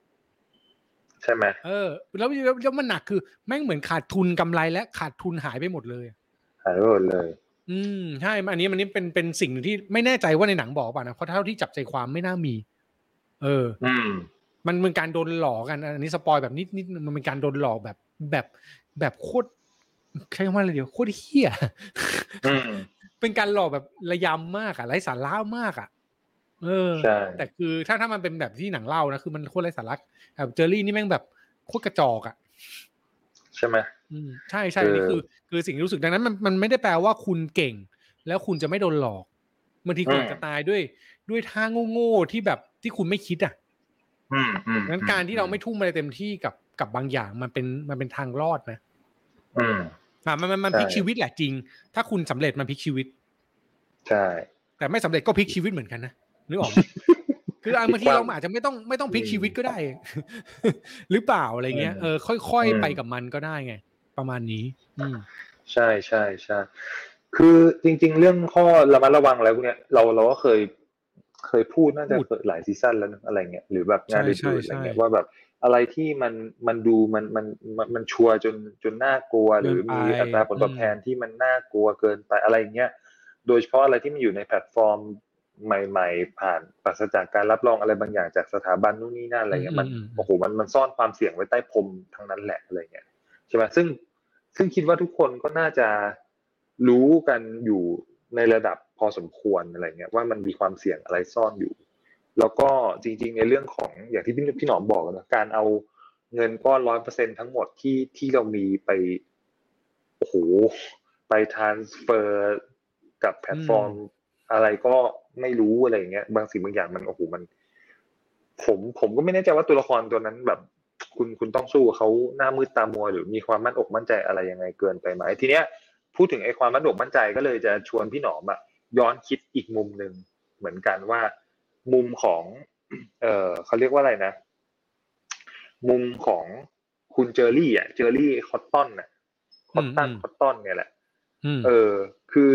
S3: ใช่ไหม
S2: เออแล้วแล้วแล้วมันหนักคือแม่งเหมือนขาดทุนกำไรและขาดทุนหายไปหมดเลยอะ
S3: หายไปหมดเลย
S2: อืมใช่อันนี้มันนี่เป็นเป็นสิ่งหนึ่งที่ไม่แน่ใจว่าในหนังบอกป่ะนะเพราะเท่าที่จับใจความไม่น่ามี เออ
S3: อืม
S2: มันเป็นการโดนหลอกกันอันนี้สปอยแบบนิดนิดมันเป็นการโดนหลอกแบบแบบแบบโคตรใช้คำว่าอะไรเดียวโคตรเฮี้ย
S3: อืม
S2: เป็นการหลอกแบบระยำมากอะไร้สาระมากอะเออ
S3: ใช่
S2: แต่คือถ้าถ้ามันเป็นแบบที่หนังเล่านะคือมันโคตรไร้สาระแบบเจอรี่นี่แม่งแบบโคตรกระจอกอะ
S3: ใช่ไหม
S2: อืมใช่ใช่อันนี่คือ คือสิ่งที่รู้สึกดังนั้นมันมันไม่ได้แปลว่าคุณเก่ง แล้วคุณจะไม่โดนหลอกบางทีคุณอาจจะตายด้วย ด้วยท่าโง่ๆที่แบบที่คุณไม่คิดอะ
S3: อืมอืม
S2: งั้นการที่เราไม่ทุ่มอะไรเต็มที่กับกับบางอย่างมันเป็นมันเป็นทางรอดนะ
S3: อืม
S2: อ่ะมันมันมันพ
S3: ใช่
S2: ลิกชีวิตแหละจริง ถ้าคุณสำเร็จมันพลิกชีวิต
S3: ใช่
S2: แต่ไม่สำเร็จก็พลิกชีวิตเหมือนกันนะนึกออกไห ม คืออ่ะบางทีเราอาจจะไม่ต้องไม่ต้องพลิกชีวิตก็ได้ หรือเปล่าอะไรเงี้ยเออค่อย
S3: อืม
S2: ๆไปกับมันก็ได้ไง ประมาณนี้ อืม
S3: ใช่ใช่ใช่ คือจริง ๆ เรื่องข้อระมัดระวังอะไรพวกเนี้ยเราเราก็เคย เคยพูดน่าจะ
S2: พูด
S3: หลายซีซั่นแล้วนะอะไรเงี้ยหรือแบบงาน
S2: ใช่
S3: รี
S2: ใช่
S3: วิวอะไรเงี้ย
S2: ใช่
S3: ว่าแบบอะไรที่มันมันดูมันมันมันมันชัวร์จนจนน่ากลัว หรือมี
S2: เกินไป
S3: อัตราผลตอบแทนที่มันน่ากลัวเกินไปอะไรเงี้ยโดยเฉพาะอะไรที่มันอยู่ในแพลตฟอร์มใหม่ ๆ ผ่านปราศจากการรับรองอะไรบางอย่างจากสถาบันนู่นนี่นั่นอะไรเงี้ยมัน
S2: อืมอืมอืม
S3: โอ้โหมันมันซ่อนความเสี่ยงไว้ใต้พรมทั้งนั้นแหละอะไรเงี้ย ใช่ไหมซึ่งซึ่งคิดว่าทุกคนก็น่าจะรู้กันอยู่ในระดับพอสมควรอะไรเงี้ยว่ามันมีความเสี่ยงอะไรซ่อนอยู่ แล้วก็จริง ๆ ในเรื่องของอย่างที่พี่พี่หนอมบอกนะการเอาเงินก้อนร้อยเปอร์เซ็นทั้งหมดที่ที่เรามีไปโอ้โหไปทรานสเฟอร์กับแพลตฟอร์ม อะไรก็ไม่รู้อะไรอย่างเงี้ยบางสิ่งบางอย่างมันโอ้โหมัน ผมผมก็ไม่แน่ใจว่าตัวละครตัวนั้นแบบ คุณคุณต้องสู้กับเขาหน้ามืดตามัวหรือมีความมั่นอกมั่นใจอะไรยังไงเกินไปไหมทีเนี้ยพูดถึงไอ้ความมั่นอกมั่นใจก็เลยจะชวนพี่หนอมอะย้อนคิดอีกมุมหนึ่งเหมือนกันว่า มุมของ เออเขาเรียกว่าอะไรนะ มุมของคุณเจอรี่อ่ะเจอรี่คอตตอนน่ะคอตตัน
S2: อืมอืม
S3: คอตตอนเนี่ยแหละ
S2: อืม
S3: เออ คือ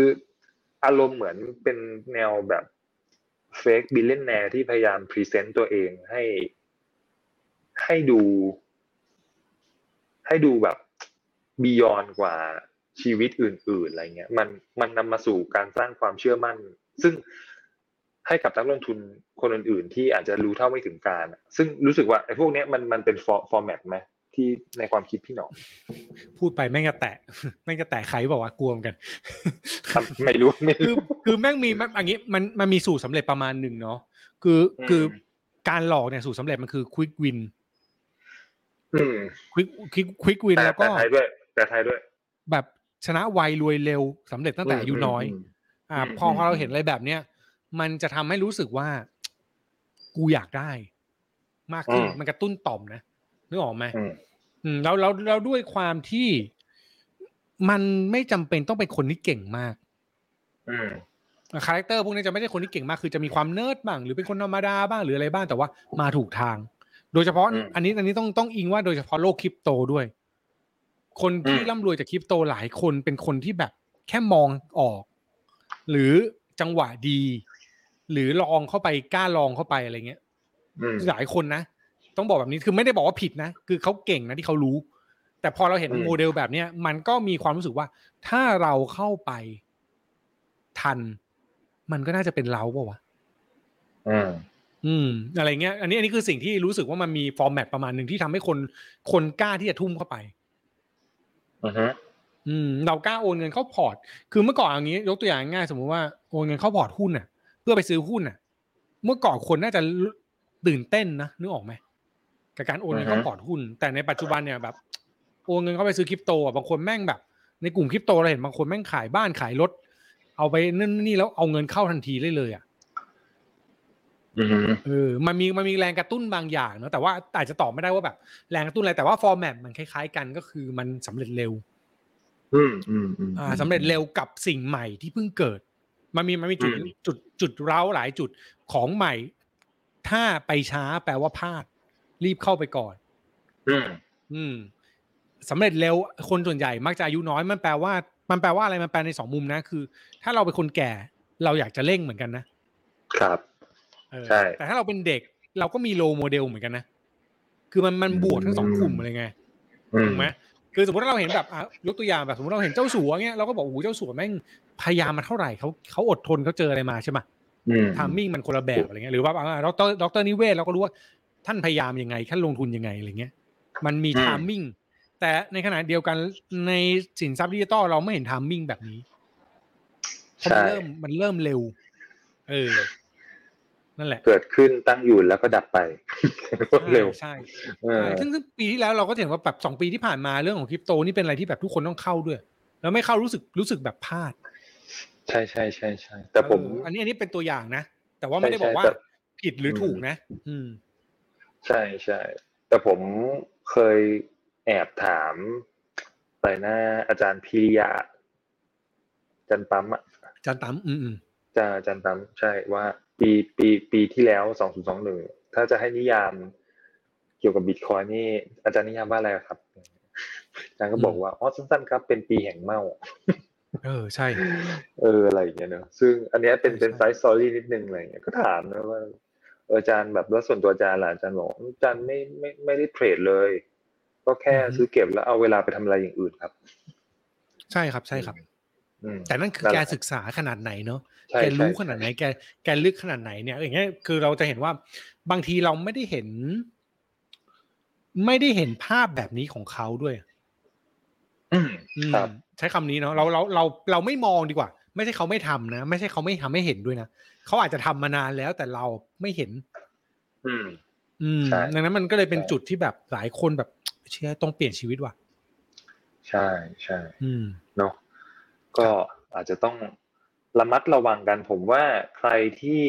S3: อารมณ์เหมือนเป็นแนวแบบเฟกบิลเลนแนร์ที่พยายามพรีเซนต์ตัวเองให้ ให้ดู ให้ดูแบบบียอนกว่าชีวิตอื่น ๆ อะไรเงี้ย มันมันนำมาสู่การสร้างความเชื่อมั่น ซึ่งให้กับนักลงทุนคนอื่น ๆ ที่อาจจะรู้เท่าไม่ถึงการอะซึ่งรู้สึกว่าไอ้พวกเนี้ยมันมันเป็นฟอร์แมตไหมที่ในความคิดพี่หนอม
S2: พูดไปแม่งจะแต ะ แม่งจะแตะใครบอกว่าวะกลัวเหมือนกัน
S3: ไม่รู้ ไม่
S2: คือ
S3: รู้
S2: คือแม่งมีมันอย่างนี้มันมันมีสูตรสำเร็จประมาณหนึ่งเนาะคือ
S3: อืม
S2: คือการหลอกเนี่ยสูตรสำเร็จมันคือควิกวิน
S3: อืม
S2: ควิกควิกควิกวิน
S3: แต่
S2: แล้วก็
S3: แต่ไทยด้วยแต่ไทยด้วย
S2: แบบชนะไวรวยเร็วสำเร็จตั้งแต่อายุน้อย
S3: ม
S2: อ่า
S3: อืม
S2: พอ
S3: อืม
S2: พอเรา
S3: อืม
S2: เห็นอะไรแบบเนี้ยมันจะทำให้รู้สึกว่า กูอยากได้ มากขึ้นมันกระตุ้นต่อมนะนึกออกไหม
S3: อืม
S2: อืมแล้วแล้วแล้วด้วยความที่มันไม่จำเป็นต้องเป็นคนที่เก่งมาก
S3: อืม
S2: คาแรคเตอร์พวกนี้จะไม่ใช่คนที่เก่งมากคือจะมีความเนิร์ดบ้างหรือเป็นคนธรรมดาบ้างหรืออะไรบ้างแต่ว่ามาถูกทาง โดยเฉพาะอันนี้อันนี้ต้องต้องอิงว่าโดยเฉพาะโลกคริปโตด้วย คนที่ร่ำรวยจากคริปโตหลายคนเป็นคนที่แบบแค่มองออก หรือจังหวะดี หรือลองเข้าไปกล้าลองเข้าไปอะไรเงี้ย
S3: อืม
S2: หลายคนนะ ต้องบอกแบบนี้คือไม่ได้บอกว่าผิดนะ คือเขาเก่งนะที่เขารู้ แต่พอเราเห็น
S3: อืม
S2: โมเดลแบบเนี้ยมันก็มีความรู้สึกว่า ถ้าเราเข้าไปทัน มันก็น่าจะเป็นเราเปล่าวะ
S3: อืม
S2: อืม อะไรเงี้ย อันนี้อันนี้คือสิ่งที่รู้สึกว่ามันมีฟอร์แมตประมาณหนึ่งที่ทำให้คนคนกล้าที่จะทุ่มเข้าไป
S3: อือฮึ
S2: อืม เรากล้าโอนเงินเข้าพอร์ต คือเมื่อก่อนเอย่างนี้ ยกตัวอย่างง่ายๆสมมุติว่าโอนเงินเข้าพอร์ตหุ้นน่ะ เพื่อไปซื้อหุ้นน่ะ เมื่อก่อนคนน่าจะตื่นเต้นนะนึกออกไหมกับการโอนเงินเข้าพอร์ตหุ้น แต่ในปัจจุบันเนี่ยแบบโอนเงินเข้าไปซื้อคริปโตอ่ะบางคนแม่งแบบ ในกลุ่มคริปโตเราเห็นบางคนแม่งขายบ้านขายรถเอาไปนั่นนี่แล้วเอาเงินเข้าทันทีเลยเลยอ่ะ
S3: อือฮึ
S2: เออ มันมีมันมีแรงกระตุ้นบางอย่างเนอะแต่ว่าอาจจะตอบไม่ได้ว่าแบบแรงกระตุ้นอะไรแต่ว่าฟอร์แมตมันคล้ายๆ กันก็คือมันสำเร็จเร็ว
S3: อืมอืมอืม
S2: อ่าสำเร็จเร็วกับสิ่งใหม่ที่เพิ่งเกิด มันมีมันมีจุด
S3: อืม
S2: จุดจุดเร้าหลายจุดของใหม่ ถ้าไปช้าแปลว่าพลาด รีบเข้าไปก่อน
S3: อืม
S2: อืมสำเร็จเร็วคนส่วนใหญ่มักจะอายุน้อยมันแปลว่า มันแปลว่าอะไรมันแปลในสองมุมนะคือ ถ้าเราเป็นคนแก่ เราอยากจะเร่งเหมือนกันนะครับ เออ
S3: ใช่
S2: แต่ถ้าเราเป็นเด็กเราก็มีโลโมเดลเหมือนกันนะคือมันมันบวกทั้งสองกลุ่ม
S3: อืม
S2: เลยไง
S3: อืม
S2: ถูกไหมคือสมมติว่าเราเห็นแบบอ่ะยกตัวอย่างแบบสมมติเราเห็นเจ้าสัวเงี้ยเราก็บอกโอ้โหเจ้าสัวแม่งพยายามมาเท่าไหร่เขาเขาอดทนเขาเจออะไรมาใช่ไหม
S3: อืม
S2: ทามมิ่งมันคนละแบบอะไรเงี้ยหรือว่าอ่ะดรดรนิเวศเราก็รู้ว่าท่านพยายามยังไงท่านลงทุนยังไงอะไรเงี้ยมันมีทามมิ่งแต่ในขณะเดียวกันในสินทรัพย์ดิจิตอลเราไม่เห็นทามมิ่งแบบนี้เพราะมั
S3: ใช่
S2: นเริ่มมันเริ่มเร็ว เออ นั่นแหละ
S3: เกิดขึ้นตั้งอยู่แล้วก็ดับไป รวดเร็ว
S2: ใช่
S3: เออ
S2: ใช่ซึ่งซึ่งปีที่แล้วเราก็เห็นว่าแบบสองปีที่ผ่านมาเรื่องของคริปโตนี่เป็นอะไรที่แบบทุกคนต้องเข้าด้วย แล้วไม่เข้ารู้สึกรู้สึกแบบพลาด
S3: ใช่ใช่ใช่ใช่แต่ผม
S2: เอออันนี้อันนี้เป็นตัวอย่างนะ แต่ว่าไม่ได้บอกว่า
S3: ใช่ใช่
S2: ผิดหรือถูกนะ อืม
S3: ใช่ใช่แต่ผมเคยแอบถามอะไรนะอาจารย์พิริยะอาจันปั๊มอะ
S2: จานตามอืมอืม
S3: จะอาจันตามใช่ว่าปีปีปีที่แล้วสองศูนย์สองหนึ่งถ้าจะให้นิยามเกี่ยวกับบิตคอยนี่ อาจารย์นิยามว่าอะไรครับอาจารย์ก็บอกว่าอ๋อสั้นๆครับเป็นปีแห่งเมา
S2: เออใช่
S3: เอออะไรอย่างเงี้ยเนอะซึ่งอันเนี้ยเป็น
S2: ใช่
S3: เป็น
S2: ใช่
S3: ไซส์สตอรี่นิดนึงอะไรอย่างเงี้ยก็ถามนะว่าเอออาจารย์แบบแล้วส่วนตัวอาจารย์ล่ะอาจารย์บอกอาจารย์ไม่ไม่ไม่ได้เทรดเลย ก็แค่ซื้อเก็บแล้วเอาเวลาไปทำอะไรอย่างอื่นครับ
S2: ใช่ครับใช่ครับ
S3: อืม
S2: แต่นั่นคือ
S3: นั่น
S2: แก
S3: แหละ
S2: ศึกษาขนาดไหนเนาะ
S3: ใช่
S2: แก
S3: ใช่
S2: รู้ขนาดไหนแกแกลึกขนาดไหนเนี่ยอย่างเงี้ยคือเราจะเห็นว่าบางทีเราไม่ได้เห็น ไม่ได้เห็นภาพแบบนี้ของเขาด้วย
S3: อืม
S2: อืม
S3: ครับ
S2: ใช้คำนี้เนาะเราเราเราเราไม่มองดีกว่า ไม่ใช่เขาไม่ทำนะ ไม่ใช่เขาไม่ทำให้เห็นด้วยนะเขาอาจจะทำมานานแล้วแต่เราไม่เห็น
S3: อืม
S2: อืม
S3: ใช่
S2: ดังนั้นมันก็เลยเป็น
S3: ใช่
S2: จุดที่แบบหลายคนแบบ เชื่อต้องเปลี่ยนชีวิตว่ะ
S3: ใช่ใช่
S2: อืม
S3: เนาะก็อาจจะต้องระมัดระวังกัน ผมว่าใครที่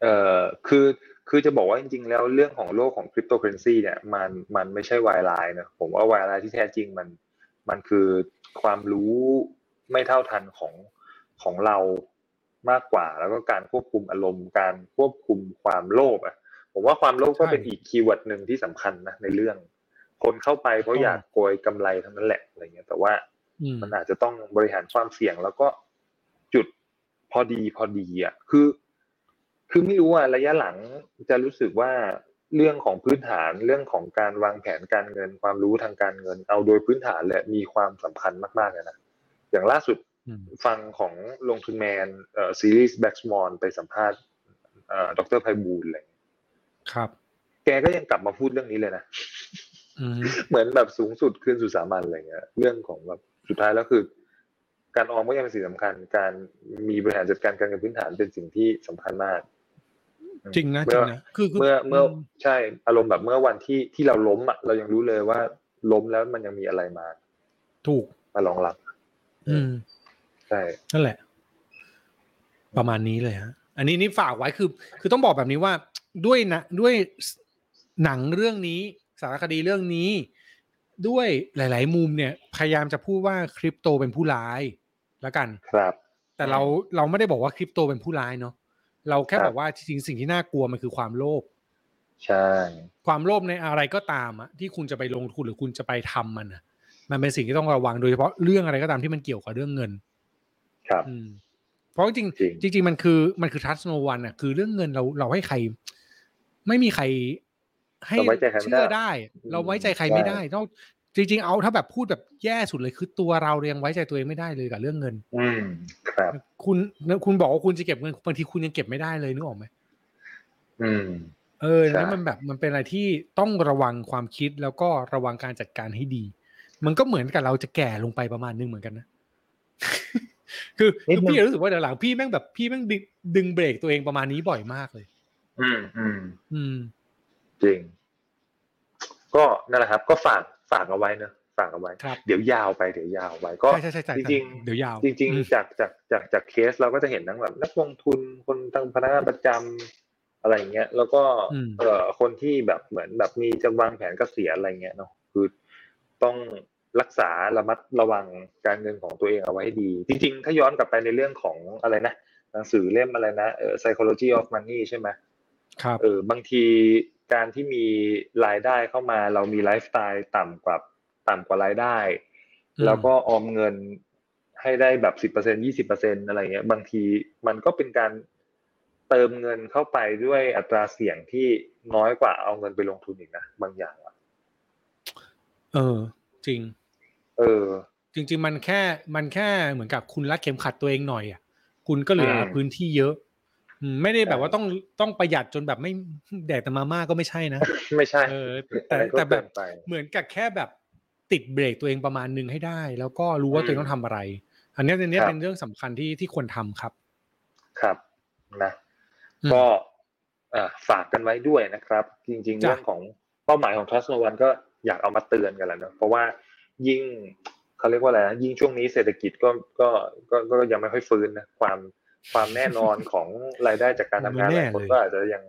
S3: เอ่อคือคือจะบอกว่าจริง ๆ แล้วเรื่องของโลกของคริปโตเคอเรนซีเนี่ยมันมันไม่ใช่วายไลน์นะผมว่าวายไลน์ที่แท้จริงมันมันคือความรู้ไม่เท่าทันของของเรามากกว่า แล้วก็การควบคุมอารมณ์การควบคุมความโลภอ่ะ ผมว่าความโลภก็
S2: ใช่
S3: เป็นอีกคีย์เวิร์ดหนึ่งที่สำคัญนะในเรื่อง คนเข้าไปเพราะอยากโกยกำไรเท่านั้นแหละอะไรเงี้ยแต่ว่า
S2: อืม
S3: มันอาจจะต้องบริหารความเสี่ยงแล้วก็จุดพอดีพอดีอ่ะคือ คือไม่รู้อ่ะระยะหลังจะรู้สึกว่าเรื่องของพื้นฐานเรื่องของการวางแผนการเงิน ความรู้ทางการเงิน เอาโดยพื้นฐานแหละมีความสำคัญมากๆเลยนะอย่างล่าสุด
S2: อืม
S3: ฟังของลงทุนแมนเอ่อซีรีส์แบ็กสมอนไปสัมภาษณ์เอ่อดรไพบูลย์อะไรอย่างเงี้ย
S2: ครับ
S3: แกก็ยังกลับมาพูดเรื่องนี้เลยนะ
S2: อืม
S3: เหมือนแบบสูงสุดคืนสู่สามัญอะไรเงี้ยเรื่องของแบบสุดท้ายแล้วคือ การออมก็ยังเป็นสิ่งสำคัญ การมีบริหารจัดการการเงินพื้นฐานเป็นสิ่งที่สำคัญมากอืม
S2: จริงนะจ
S3: เมื่
S2: ริ
S3: อง
S2: นะคือคื
S3: เมื่อเมื่อ
S2: ม
S3: ใช่อารมณ์แบบเมื่อวันที่ที่เราล้มอ่ะเรายังรู้เลยว่าล้มแล้วมันยังมีอะไรมา
S2: ถูก
S3: มารองรับ
S2: อืม
S3: ใช่
S2: นั่นแหละ ประมาณนี้เลยฮะ อันนี้นี่ฝากไว้คือ คือต้องบอกแบบนี้ว่าด้วยนะด้วยหนังเรื่องนี้ สารคดีเรื่องนี้ ด้วยหลาย ๆ มุมเนี่ย พยายามจะพูดว่าคริปโตเป็นผู้ร้ายแล้วกัน
S3: ครับ
S2: แต่เราเราไม่ได้บอกว่าคริปโตเป็นผู้ร้ายเนาะเราแค่
S3: ครับ
S2: บอกว่าจริงๆสิ่งที่น่ากลัวมันคือความโลภ
S3: ใช่
S2: ความโลภในอะไรก็ตามอะที่คุณจะไปลงทุนหรือคุณจะไปทำมันอะมันเป็นสิ่งที่ต้องระวังโดยเฉพาะเรื่องอะไรก็ตามที่มันเกี่ยวกับเรื่องเงิน
S3: ครับ
S2: อืมเพราะจริง
S3: จริง
S2: จริง ๆ มันคือมันคือทัสโนวันอ่ะคือเรื่องเงินเราเราให้ใคร ไม่มีใครให้
S3: เราไว้ใจใครไม่ได้
S2: เชื่อได้ เราไว้ใจใครไม่ได้นอกจริง ๆ เอาถ้าแบบพูดแบบแย่สุดเลยคือตัวเราเรายังไว้ใจตัวเองไม่ได้เลยกับเรื่องเงิน
S3: อืมครับ
S2: คุณคุณบอกว่าคุณจะเก็บเงินบางทีคุณยังเก็บไม่ได้เลยนึกออกไหม
S3: อืม
S2: เออ
S3: ใช่
S2: แล้วมันแบบมันเป็นอะไรที่ต้องระวังความคิดแล้วก็ระวังการจัดการให้ดี มันก็เหมือนกับเราจะแก่ลงไปประมาณนึงเหมือนกันนะ คือ
S3: นิด
S2: คือ
S3: นึง
S2: พี่รู้สึกว่าเดี๋ยวหลังพี่แม่งแบบพี่แม่งดึงดึงเบรกตัวเองประมาณนี้บ่อยมากเลย
S3: อืมอืม
S2: อืม
S3: จริง ก็นั่นแหละครับ ก็ฝากฝากเอาไว้เนอะฝากเอาไว้
S2: ครับ
S3: เดี๋ยวยาวไปเดี๋ยวยาวไปก็
S2: ใช่ใช่ใช่ใช่
S3: จริงๆ
S2: เดี๋ยวยาว
S3: จริง
S2: อืม
S3: ๆ จากจากจากจากเคสเราก็จะเห็นทั้งแบบนักลงทุนคนทั้งพนักงานประจำอะไรอย่างเงี้ยแล้วก็เอ่อคนที่แบบเหมือนแบบมีจะวางแผนเกษียณอะไรเงี้ยเนาะคือต้องรักษาระมัดระวังการเงินของตัวเองเอาไว้ให้ดี จริง ๆ ถ้าย้อนกลับไปในเรื่องของอะไรนะหนังสือเล่มอะไรนะเอ่อ psychology of money ใช่ไหม
S2: ครับ
S3: เออบางทีการที่มีรายได้เข้ามา เรามีไลฟ์สไตล์ต่ำกว่าต่ำกว่ารายได้
S2: อืม
S3: แล้วก็ออมเงินให้ได้แบบสิบเปอร์เซ็นยี่สิบเปอร์เซ็นอะไรเงี้ยบางทีมันก็เป็นการเติมเงินเข้าไปด้วยอัตราเสี่ยงที่น้อยกว่าเอาเงินไปลงทุนอีกนะบางอย่างอะ
S2: เออ จริง
S3: เออ
S2: จริง ๆ มันแค่มันแค่เหมือนกับคุณรัดเข็มขัดตัวเองหน่อยอ่ะคุณก็เหลือ
S3: อืม
S2: พื้นที่เยอะอืมไม่ได้แบบ
S3: ใช่
S2: ว่าต้องต้องประหยัดจนแบบไม่แดกแต่มาม่าก็ไม่ใช่นะ
S3: ไม่ใช่
S2: เออแต่
S3: อันนั้นก็
S2: แต่แบบ
S3: เกินไป
S2: เหมือนกับแค่แบบติดเบรกตัวเองประมาณหนึ่งให้ได้ แล้วก็รู้ว่า
S3: อืม
S2: ตัวเองต้องทำอะไร อันเนี้ยอันเนี้ย
S3: ครับ
S2: เป็นเรื่องสำคัญที่ที่ควรทำครับ
S3: ครับนะ
S2: อืม
S3: ก็เอ่อฝากกันไว้ด้วยนะครับ จริง ๆ
S2: จ้ะ
S3: เรื่องของเป้าหมายของทรัสโนวันก็อยากเอามาเตือนกันแหล้วเนอะเพราะว่ายิ่งเขาเรียกว่าอะไรนะยิ่งช่วงนี้เศรษฐกิจก็ก็ก็ก็ก็ยังไม่ค่อยฟื้นนะความความแน่นอนของรายได้จากการทำงาน
S2: ไม่
S3: ห
S2: แน่
S3: ลายคน
S2: เลย
S3: ก็อาจจะยัง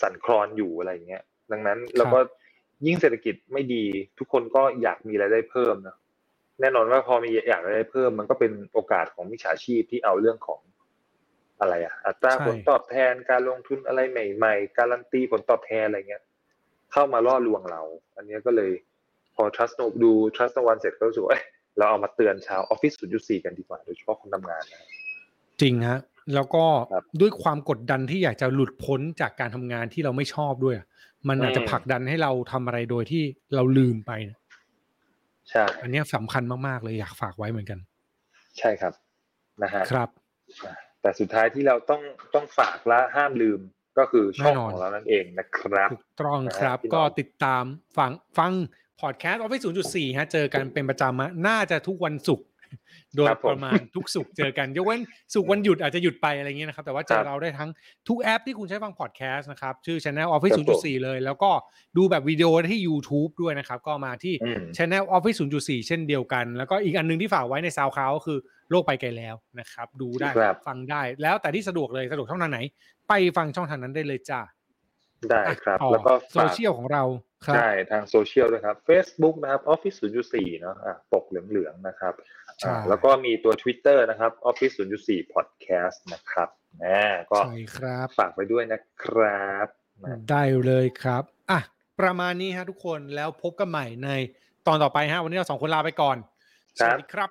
S3: สั่นคลอนอยู่อะไรอย่างเงี้ย ดังนั้นเราก็ยิ่งเศรษฐกิจไม่ดี ทุกคนก็อยากมีรายได้เพิ่มนะแน่นอนว่าพอมีอยากได้เพิ่ม มันก็เป็นโอกาสของมิจฉาชีพที่เอาเรื่องของอะไรอะอัตรา
S2: ใช่
S3: ผลตอบแทนการลงทุนอะไรใหม่ๆ การันตีผลตอบแทนอะไรเงี้ย เข้ามาล่อลวงเรา อันเนี้ยก็เลยพอ trust no ดู trust no one เสร็จก็รู้สึกว่าเอ้ยเราเอามาเตือนชาวออฟฟิศ0.4 กันดีกว่า โดยเฉพาะคนทำงานนะ
S2: จริงฮะ แล้วก็
S3: ครับ
S2: ด้วยความกดดันที่อยากจะหลุดพ้นจากการทำงานที่เราไม่ชอบด้วยอะมันอาจจะ
S3: อืม
S2: ผลักดันให้เราทำอะไรโดยที่เราลืมไปนะ
S3: ใช่
S2: อันเนี้ยสำคัญมากๆเลยอยากฝากไว้เหมือนกัน
S3: ใช่ครับนะฮะ
S2: ครับ
S3: แต่สุดท้ายที่เราต้องต้องฝากและห้ามลืมก็คือช่อง
S2: แน่นอน
S3: ของเรานั่นเองนะครับ
S2: ถูกต้อง
S3: นะฮะ
S2: ครับ
S3: พี่น้อง
S2: ก็ติดตามฟังฟังพอดแคสต์ออฟฟิศ0.4 ฮะ เจอกันเป็นประจำฮะน่าจะทุกวันศุกร์โดยประมาณทุกศุกร์เจอกันยกเว้นศุกร์วันหยุดอาจจะหยุดไปอะไรเงี้ยนะครับ แต่ว่าเจอเราได้ทั้งทุกแอปที่คุณใช้ฟังพอดแคสต์นะครับ ชื่อ Channel Office 0.4 เลย แล้วก็ดูแบบวิดีโอได้ที่ YouTube ด้วยนะครับ ก็มาที่
S3: อืม
S2: Channel Office 0.4 เช่นเดียวกัน แล้วก็อีกอันหนึงที่ฝากไว้ในซาวคลาวก็คือโลกไปไกลแล้วนะครับ ดูได้
S3: ครับ
S2: ฟังได้ แล้วแต่ที่สะดวกเลยสะดวกช่องทางไหน ไปฟังช่องทางนั้นได้เลยจ้า
S3: ได้ครับ
S2: ต่อ
S3: แล้วก็
S2: โซ
S3: ฝาก
S2: เชียลของเราครับ
S3: ใช่ทางโซเชียลด้วยครับ Facebook นะครับ Office 0.4 เนาะอ่ะปกเหลืองๆนะครับ
S2: ใช่
S3: อ่าแล้วก็มีตัว Twitter นะครับ Office 0.4 Podcast นะครับนะก็
S2: ใช่ครับ
S3: ฝากไปด้วยนะครับนะ
S2: ได้เลยครับอ่ะประมาณนี้ฮะทุกคนแล้วพบกันใหม่ในตอนต่อไปฮะวันนี้เราสองคนลาไปก่อน สวัสดีครับ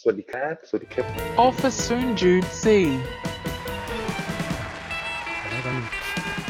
S3: สวัสดีครับสวัสดีครับ
S1: Office Soon Jude C.
S2: ขอให้ตอนนี้